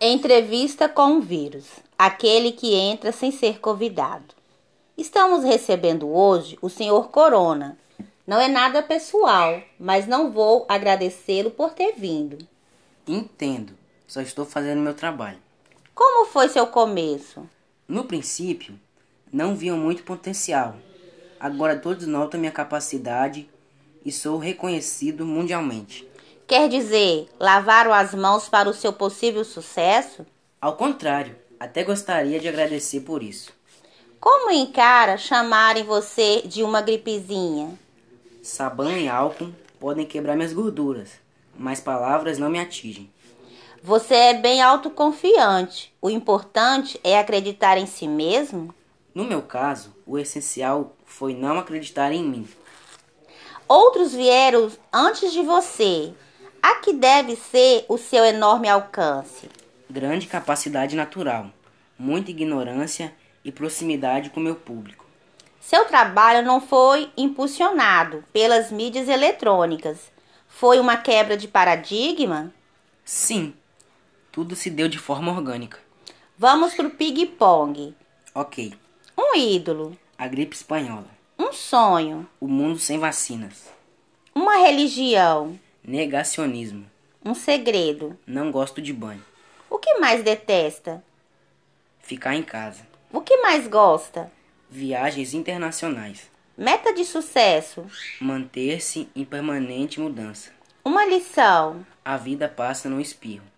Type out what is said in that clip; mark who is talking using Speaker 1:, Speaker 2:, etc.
Speaker 1: Entrevista com o vírus, aquele que entra sem ser convidado. Estamos recebendo hoje o senhor Corona. Não é nada pessoal, mas não vou agradecê-lo por ter vindo.
Speaker 2: Entendo, só estou fazendo meu trabalho.
Speaker 1: Como foi seu começo?
Speaker 2: No princípio, não viam muito potencial. Agora todos notam minha capacidade e sou reconhecido mundialmente.
Speaker 1: Quer dizer, lavaram as mãos para o seu possível sucesso?
Speaker 2: Ao contrário, até gostaria de agradecer por isso.
Speaker 1: Como encara chamarem você de uma gripezinha?
Speaker 2: Sabão e álcool podem quebrar minhas gorduras, mas palavras não me atingem.
Speaker 1: Você é bem autoconfiante. O importante é acreditar em si mesmo?
Speaker 2: No meu caso, o essencial foi não acreditar em mim.
Speaker 1: Outros vieram antes de você. A que deve ser o seu enorme alcance?
Speaker 2: Grande capacidade natural, muita ignorância e proximidade com meu público.
Speaker 1: Seu trabalho não foi impulsionado pelas mídias eletrônicas. Foi uma quebra de paradigma?
Speaker 2: Sim, tudo se deu de forma orgânica.
Speaker 1: Vamos pro ping-pong.
Speaker 2: Ok,
Speaker 1: Um ídolo,
Speaker 2: a gripe espanhola,
Speaker 1: um sonho,
Speaker 2: o mundo sem vacinas,
Speaker 1: uma religião,
Speaker 2: negacionismo,
Speaker 1: um segredo.
Speaker 2: não gosto de banho,
Speaker 1: O que mais detesta?
Speaker 2: ficar em casa,
Speaker 1: O que mais gosta?
Speaker 2: viagens internacionais,
Speaker 1: Meta de sucesso,
Speaker 2: manter-se em permanente mudança.
Speaker 1: uma lição.
Speaker 2: A vida passa num espirro.